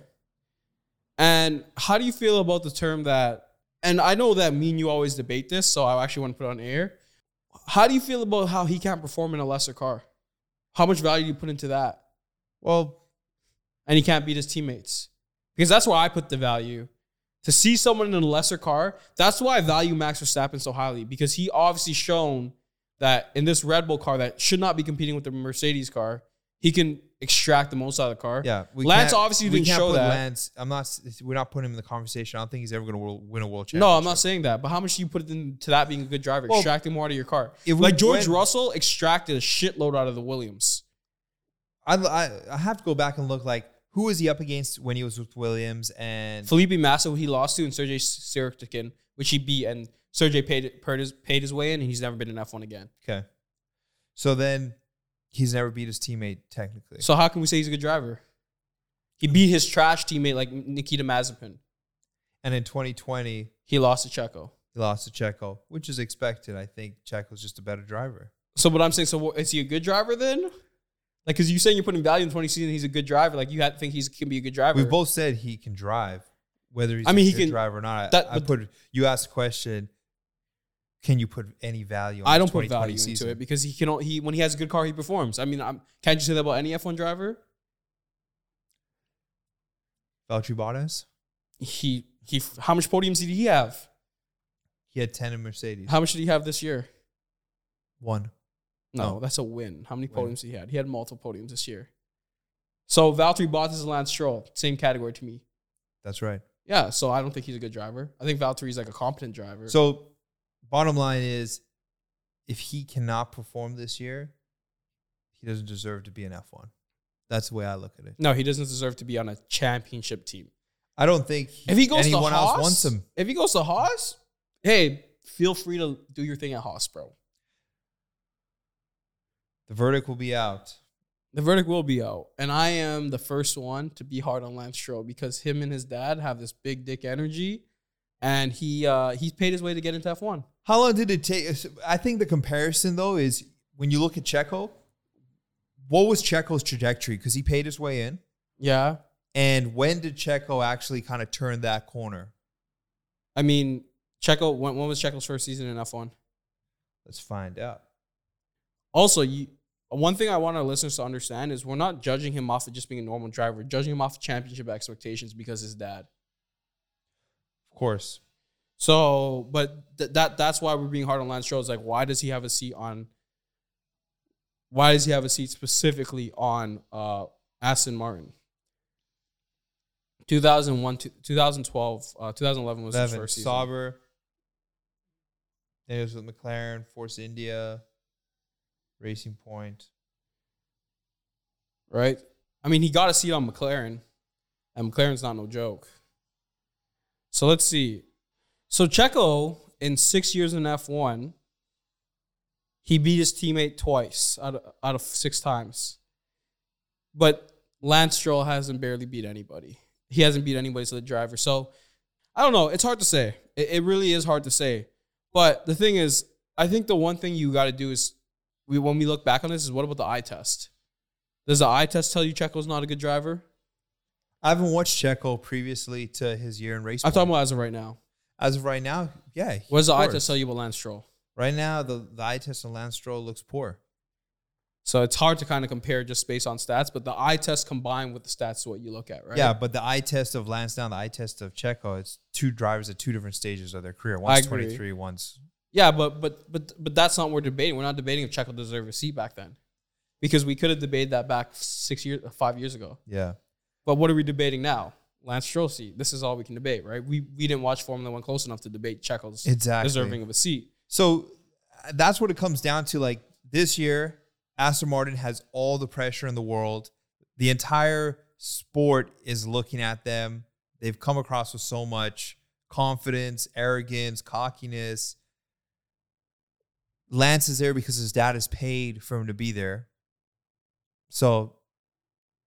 B: And how do you feel about the term that? And I know that me and you always debate this, so I actually want to put it on air. How do you feel about how he can't perform in a lesser car? How much value do you put into that?
A: Well,
B: and he can't beat his teammates. Because that's where I put the value. To see someone in a lesser car, that's why I value Max Verstappen so highly because he obviously shown that in this Red Bull car that should not be competing with the Mercedes car, he can extract the most out of the car.
A: Yeah, we
B: Lance
A: can't-
B: obviously
A: we
B: didn't
A: can't
B: show
A: put
B: that.
A: Lance, I'm not. We're not putting him in the conversation. I don't think he's ever going to win a world championship.
B: No, I'm not saying that. But how much do you put into that being a good driver,
A: Well,
B: extracting more out of your car?
A: if we
B: like George
A: win-
B: Russell extracted a shitload out of the Williams.
A: I, I I have to go back and look like who was he up against when he was with Williams and
B: Felipe Massa, who he lost to, and Sergey Sirotkin, which he beat, and Sergey paid paid his, paid his way in, and he's never been in F1 again.
A: okay. So then he's never beat his teammate technically.
B: So how can we say he's a good driver? He beat his trash teammate like Nikita Mazepin.
A: and in 2020
B: He lost to Checo.
A: he lost to Checo, which is expected. I think Checo's just a better driver.
B: So what I'm saying, so what, is he a good driver then? Like, because you saying you're putting value in 20 season, he's a good driver. Like you had, think he can be a good driver.
A: We both said he can drive, whether he's
B: I mean,
A: a
B: he
A: good
B: can-
A: driver or not. I-
B: that-
A: I,
B: but-
A: put you asked the question. Can you put any value? on
B: I
A: the
B: don't put
A: 2020
B: value
A: season?
B: into it because he can. o- He when he has a good car, he performs. I mean, I'm, can't you say that about any F1 driver?
A: Valtteri Bottas,
B: He he. How much podiums did he have?
A: he had ten in Mercedes.
B: How much did he have this year?
A: One.
B: No,
A: No.
B: Oh, that's a win. How many
A: Win.
B: podiums he had? He had multiple podiums this year. So Valtteri Bottas and Lance Stroll, same category to me.
A: That's right.
B: Yeah, so I don't think he's a good driver. I think Valtteri's like a competent driver.
A: So, bottom line is, if he cannot perform this year, he doesn't deserve to be an F one. That's the way I look at it.
B: no, he doesn't deserve to be on a championship team.
A: I don't think
B: If he goes
A: anyone
B: to
A: else
B: Haas,
A: wants him.
B: if he goes to Haas, hey, feel free to do your thing at Haas, bro.
A: The verdict will be out.
B: The verdict will be out, and I am the first one to be hard on Lance Stroll because him and his dad have this big dick energy, and he uh, he's paid his way to get into F one.
A: How long did it take? I think the comparison though is when you look at Checo, what was Checo's trajectory? Because he paid his way in,
B: Yeah,
A: and when did Checo actually kind of turn that corner?
B: I mean, Checo. When, when was Checo's first season in F one?
A: Let's find out.
B: Also, you, one thing I want our listeners to understand is we're not judging him off of just being a normal driver. We're judging him off of championship expectations because his dad.
A: Of course,
B: So, but th- that that's why we're being hard on Lance Stroll. It's like, why does he have a seat on? Why does he have a seat specifically on uh, Aston Martin? 2001, to 2012, uh, 2011 was his
A: Eleven
B: first season.
A: Sauber. Then he was with McLaren, Force India, Racing Point.
B: right? I mean, he got a seat on McLaren, and McLaren's not no joke. So let's see. So Checo, in six years in F1, he beat his teammate twice out of, out of six times. But Lance Stroll hasn't barely beat anybody. He hasn't beat anybody to the driver. So I don't know. It's hard to say. It, it really is hard to say. But the thing is, I think the one thing you got to do is, we, when we look back on this, is what about the eye test? Does the eye test tell you Checo's not a good driver?
A: I haven't watched Checo previously to his year in race.
B: I'm
A: Point.
B: talking about as of right now.
A: as of right now, yeah.
B: What does the
A: of
B: eye
A: course.
B: test tell you about Lance Stroll?
A: Right now, the, the eye test on Lance Stroll looks poor.
B: So it's hard to kind of compare just based on stats, but the eye test combined with the stats is what you look at, right?
A: Yeah, but the eye test of Lance down, the eye test of Checo, it's two drivers at two different stages of their career. One's
B: agree.
A: 23, one's.
B: Yeah, but but but but that's not what we're debating. We're not debating if Checo deserved a seat back then. Because we could have debated that back six years five years ago.
A: Yeah.
B: But what are we debating now? Lance Stroll seat. This is all we can debate, right? We we didn't watch Formula One close enough to debate Checo's
A: Exactly.
B: deserving of a seat.
A: So uh, that's what it comes down to. Like this year, Aston Martin has all the pressure in the world. The entire sport is looking at them. They've come across with so much confidence, arrogance, cockiness. Lance is there because his dad is paid for him to be there. So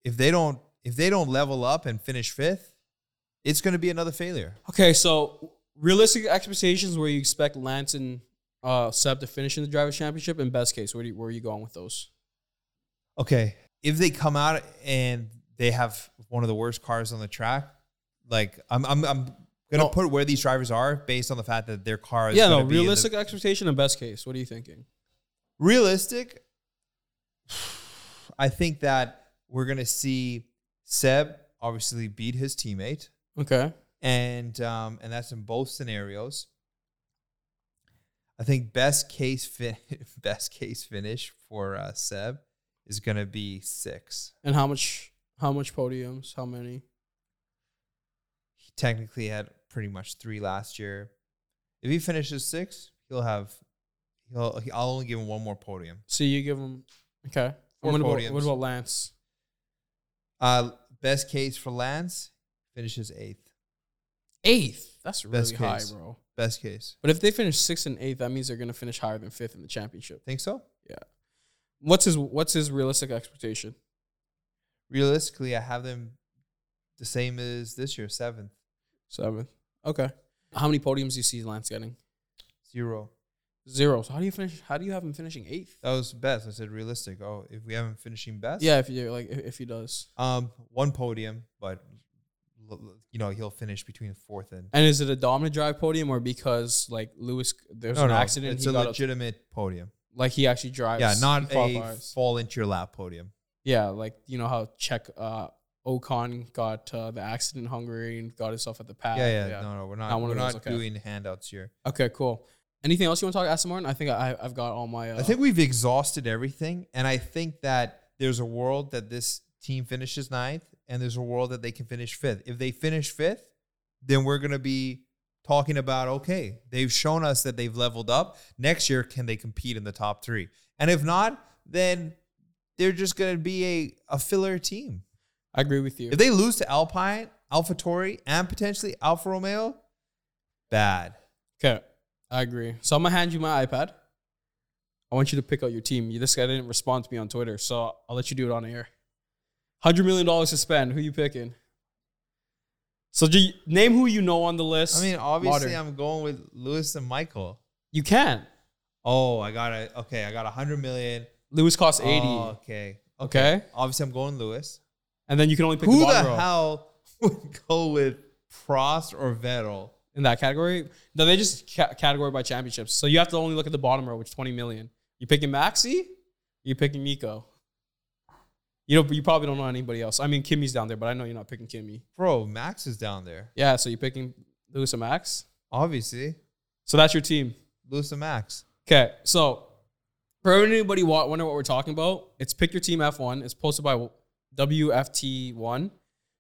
A: if they don't if they don't level up and finish fifth, it's going to be another failure.
B: Okay, so realistic expectations where you expect Lance and uh, Seb to finish in the drivers' championship, and best case, where, do you, where are you going with those?
A: okay, if they come out and they have one of the worst cars on the track, like I'm I'm I'm gonna
B: No.
A: put where these drivers are based on the fact that their car is
B: yeah, no,
A: gonna be in the-
B: realistic expectation and best case. What are you thinking?
A: realistic. I think that we're gonna see Seb obviously beat his teammate,
B: Okay,
A: and um, and that's in both scenarios. [LAUGHS] I think best case fin- best case finish for uh, Seb is going to be six.
B: And how much? How much podiums? How many?
A: He technically had pretty much three last year. If he finishes sixth, he'll have. He'll. he- I'll only give him one more podium.
B: So you give him okay.
A: Four
B: what, about,
A: podiums.
B: what about Lance?
A: Uh, best case for Lance finishes eighth.
B: Eighth. That's really
A: Best
B: high,
A: case.
B: bro.
A: Best case.
B: But if they finish sixth and eighth, that means they're gonna finish higher than fifth in the championship.
A: Think so?
B: What's his What's his realistic expectation?
A: Realistically, I have them the same as this year, seventh,
B: Seventh. Okay. How many podiums do you see Lance getting?
A: zero.
B: Zero. So how do you finish? How do you have him finishing eighth?
A: That was best. I said realistic. Oh, if we haven't finishing best,
B: Yeah, if you like, if, if he does.
A: Um, one podium, but l- l- you know he'll finish between fourth and.
B: And is it a dominant drive podium or because like Lewis, there's an accident,
A: It's
B: he
A: a
B: got a-
A: legitimate podium.
B: like he actually drives.
A: Yeah,
B: he
A: not a
B: qualifies.
A: fall into your lap podium.
B: Yeah, like you know how Czech uh, Ocon got uh, the accident in Hungary and got himself at the pad.
A: yeah, yeah, No, no, we're not.
B: Not one
A: we're
B: of those,
A: not
B: okay.
A: doing handouts here.
B: Okay, cool. Anything else you want to talk Aston Martin? I think I, I've got all my. Uh,
A: I think we've exhausted everything, and I think that there's a world that this team finishes ninth, and there's a world that they can finish fifth. If they finish fifth, then we're gonna be talking about okay, they've shown us that they've leveled up. Next year, can they compete in the top three? And if not, then they're just gonna be a, a filler team.
B: I agree with you.
A: If they lose to Alpine, AlphaTauri, and potentially Alfa Romeo, bad.
B: Okay, I agree. So I'm gonna hand you my iPad. I want you to pick out your team. You, this guy didn't respond to me on Twitter, so I'll let you do it on air. Hundred million dollars to spend. Who you picking? So do you, name who you know on the list.
A: I mean, obviously,
B: Modern.
A: I'm going with Lewis and Michael.
B: you can.
A: Oh, I got a okay. I got a hundred million.
B: Lewis costs eighty.
A: Oh, okay.
B: okay.
A: Obviously, I'm going Lewis.
B: and then you can only pick
A: Who
B: the
A: the
B: bottom row
A: hell [LAUGHS] would go with Prost or Vettel?
B: in that category. No, they just ca- category by championships. So you have to only look at the bottom row, which is twenty million. You picking Maxi? You picking Nico? You know, you probably don't know anybody else. I mean, Kimmy's down there, but I know you're not picking Kimmy.
A: Bro, Max is down there.
B: Yeah, so you're picking Lewis and Max.
A: Obviously,
B: So that's your team.
A: Lewis and Max.
B: Okay, so for anybody wa- wondering what we're talking about, it's pick your team F1. It's posted by WFT1.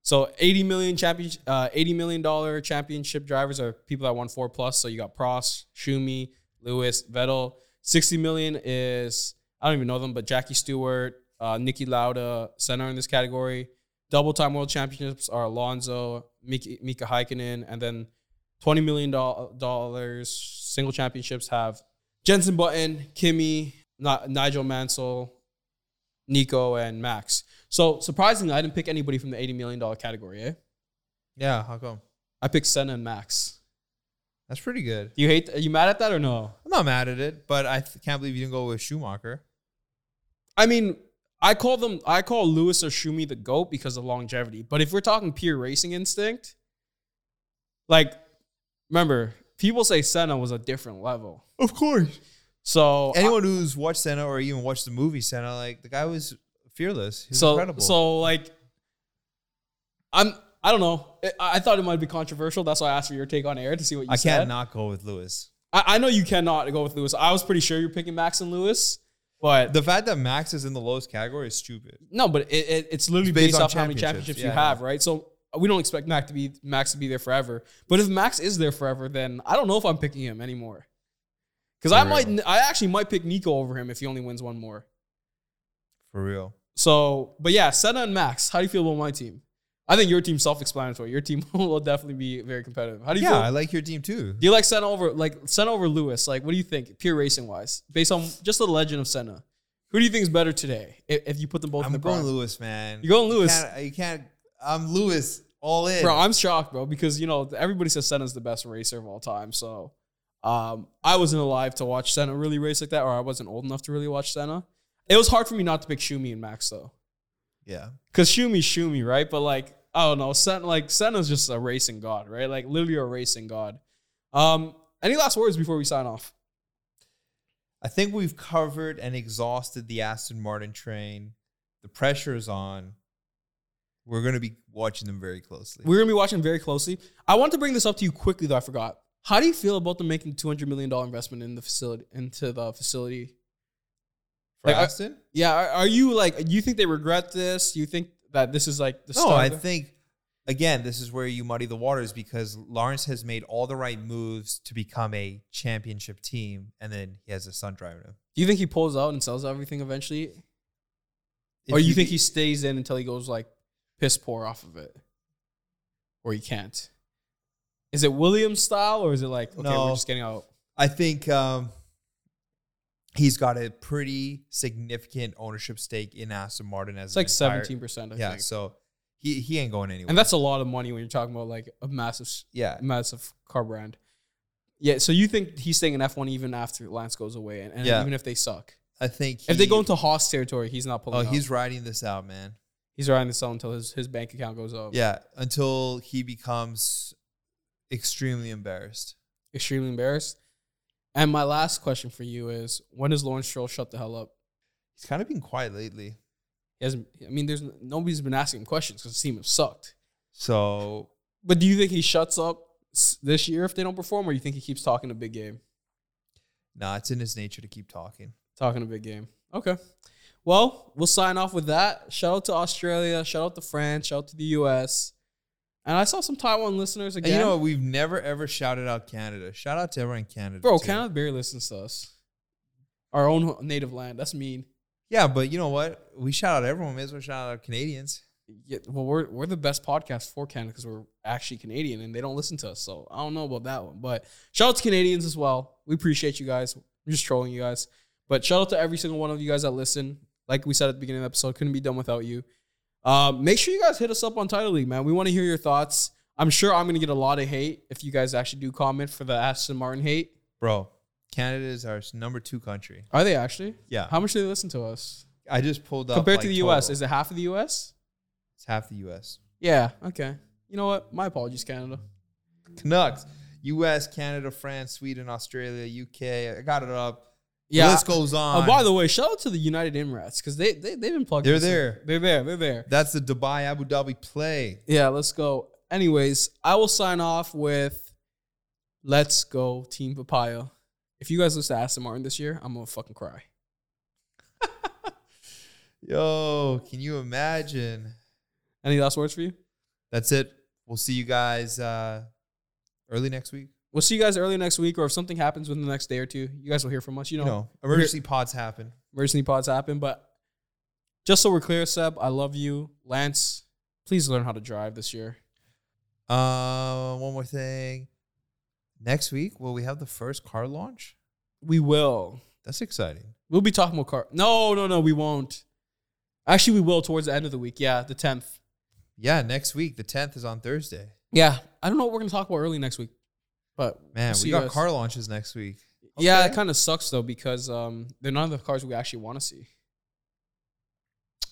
B: So 80 million champion, uh, 80 million dollar championship drivers are people that won four plus. So you got Prost, Schumi, Lewis, Vettel. 60 million is I don't even know them, but Jackie Stewart, uh, Nikki Lauda, center in this category. Double time world championships are Alonso, Mika, Mika Häkkinen, and then 20 million dollars single championships have Jensen Button, Kimmy, Ni- Nigel Mansell, Nico, and Max. So surprisingly, I didn't pick anybody from the eighty million dollar category. Eh?
A: Yeah, how come?
B: I picked Senna and Max.
A: That's pretty good.
B: Do you hate? Are you mad at that or no?
A: I'm not mad at it, but I th- can't believe you didn't go with Schumacher.
B: I mean, I call them. I call Lewis or Schumi the goat because of longevity. But if we're talking pure racing instinct, like remember, people say Senna was a different level.
A: Of course.
B: So I-
A: Anyone who's watched Senna or even watched the movie Senna, like the guy was fearless. He's
B: so
A: incredible.
B: so like I'm I don't know. I, I thought it might be controversial. That's why I asked for your take on air to see what you
A: I
B: said.
A: can't not go with Lewis.
B: I, I know you cannot go with Lewis. I was pretty sure you're picking Max and Lewis, but
A: The fact that Max is in the lowest category is stupid.
B: no, but it, it, it's literally
A: It's
B: based,
A: based on
B: off how many
A: championships.
B: championships you
A: Yeah,
B: have, right? So we don't expect Max to be Max to be there forever. But if Max is there forever, then I don't know if I'm picking him anymore. Because I
A: For
B: might,
A: real.
B: I actually might pick Nico over him if he only wins one more.
A: For real.
B: So, but yeah, Senna and Max. How do you feel about my team? I think your team's self-explanatory. Your team [LAUGHS] will definitely be very competitive. How do you
A: Yeah, I
B: feel?
A: like your team too.
B: Do you like Senna over like Senna over Lewis? Like, what do you think, pure racing wise, based on just the legend of Senna? Who do you think is better today? If, if you put them both in
A: I'm
B: the
A: going
B: prime?
A: Lewis, man.
B: You're going Lewis.
A: You can't, you can't. I'm Lewis all in.
B: bro. I'm shocked, bro, because you know everybody says Senna's the best racer of all time. So, um, I wasn't alive to watch Senna really race like that, or I wasn't old enough to really watch Senna. It was hard for me not to pick Shumi and Max though.
A: yeah,
B: Cause Shumi Shumi, right? But like, I don't know, Sen like Senna's just a racing god, right? Like literally a racing god. Um, any last words before we sign off?
A: I think we've covered and exhausted the Aston Martin train. The pressure is on. We're going to be watching them very closely.
B: We're gonna be watching very closely. I want to bring this up to you quickly though, I forgot. How do you feel about them making two hundred million dollar investment in the facility into the facility
A: for
B: Like, I-
A: Aston.
B: Yeah, are, are you like? You think they regret this? You think that this is like the
A: No,
B: start
A: I
B: of the-
A: think again, this is where you muddy the waters because Lawrence has made all the right moves to become a championship team, and then he has a son driving him.
B: Do you think he pulls out and sells everything eventually,
A: If
B: or Oh, you think he stays in until he goes like piss poor off of it, or he can't? Is it Williams style, or is it like okay, we're
A: No.
B: just getting out?
A: I think um, he's got a pretty significant ownership stake in Aston Martin as
B: It's
A: an
B: like
A: entire-
B: seventeen percent, I
A: Yeah,
B: think,
A: so he he ain't going anywhere.
B: and that's a lot of money when you're talking about like a massive, s-
A: yeah,
B: massive car brand. Yeah, so you think he's staying in F one even after Lance goes away, and, and
A: Yeah.
B: even if they suck,
A: I think
B: if they
A: he-
B: go into Haas territory, he's not pulling.
A: Oh,
B: out.
A: he's riding this out, man.
B: he's riding this out until his, his bank account goes up.
A: Yeah, until he becomes extremely embarrassed.
B: extremely embarrassed. And my last question for you is: When does Lawrence Stroll shut the hell up?
A: He's kind of been quiet lately.
B: He hasn't. I mean, there's nobody's been asking him questions because the team has sucked.
A: So
B: But do you think he shuts up s- this year if they don't perform, or you think he keeps talking a big game,
A: nah, it's in his nature to keep talking.
B: talking a big game? Okay. Well, we'll sign off with that. Shout out to Australia. Shout out to France. Shout out to the U.S. And I saw some Taiwan listeners
A: And
B: again.
A: you know what? We've never ever shouted out Canada. Shout out to everyone in Canada.
B: bro,
A: too.
B: Canada barely listens to us. Our own native land. That's mean.
A: Yeah, but you know what? We shout out everyone. May as well shout out Canadians.
B: Yeah, well, we're we're the best podcast for Canada because we're actually Canadian and they don't listen to us. So I don't know about that one. But shout out to Canadians as well. We appreciate you guys. I'm just trolling you guys. But shout out to every single one of you guys that listen. Like we said at the beginning of the episode, couldn't be done without you. Um, make sure you guys hit us up on Title League, man. We want to hear your thoughts. I'm sure I'm gonna get a lot of hate if you guys actually do comment for the Aston Martin hate.
A: Bro, Canada is our number two country.
B: Are they actually?
A: Yeah.
B: How much do they listen to us
A: I just pulled up.
B: compared
A: like,
B: to the U.S.?
A: total.
B: Is it half of the U.S.?
A: It's half the US.
B: Yeah. Okay. You know what? My apologies, Canada.
A: Canucks. US, Canada, France, Sweden, Australia, UK. I got it up.
B: Yeah.
A: The list goes on.
B: Oh, by the way, shout out to the United Emirates because they they have been plugged.
A: They're
B: us in.
A: there.
B: They're there. They're there.
A: That's the Dubai Abu Dhabi play.
B: Yeah, let's go. Anyways, I will sign off with "Let's Go Team Papaya." If you guys listen to Aston Martin this year, I'm gonna fucking cry.
A: Yo, can you imagine?
B: Any last words for you?
A: That's it. We'll see you guys uh, early next week.
B: We'll see you guys early next week, or if something happens within the next day or two, you guys will hear from us. You know,
A: You know, emergency pods happen.
B: emergency pods happen, but just so we're clear, Seb, I love you, Lance. Please learn how to drive this year.
A: Uh, one more thing. Next week, will we have the first car launch?
B: We will.
A: That's exciting.
B: We'll be talking about car. No, no, no, we won't. Actually, we will towards the end of the week. Yeah, the tenth.
A: Yeah, next week. The 10th is on Thursday.
B: Yeah, I don't know what we're gonna talk about early next week, but
A: Man,
B: we'll
A: we
B: see you
A: got
B: guys.
A: car launches next week.
B: Yeah,
A: Okay.
B: it kind of sucks though because um, they're none of the cars we actually want to see.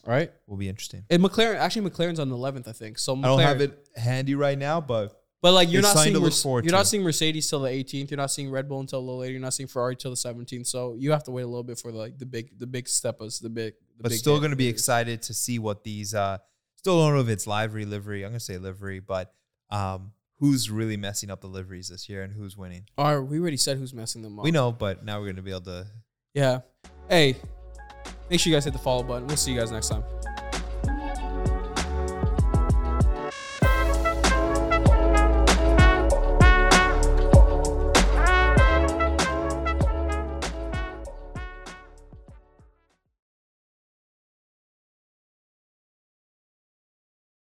B: Right,
A: Will be interesting.
B: and McLaren actually McLaren's on the eleventh, I think. So McLaren,
A: I don't have it handy right now, but
B: but like you're
A: It's
B: not
A: something
B: seeing
A: to look
B: Merce- you're
A: forward
B: not
A: to.
B: seeing Mercedes till the eighteenth. You're not seeing Red Bull until a little later. You're not seeing Ferrari till the seventeenth. So you have to wait a little bit for like the big the big step us the big. The
A: but
B: big
A: still
B: hit.
A: going to be excited to see what these. uh Still don't know if it's livery livery. I'm going to say livery, but um who's really messing up the liveries this year and who's winning?
B: All right, we already said who's messing them up.
A: We know, but now we're going to be able to
B: Yeah. Hey, make sure you guys hit the follow button. We'll see you guys next time.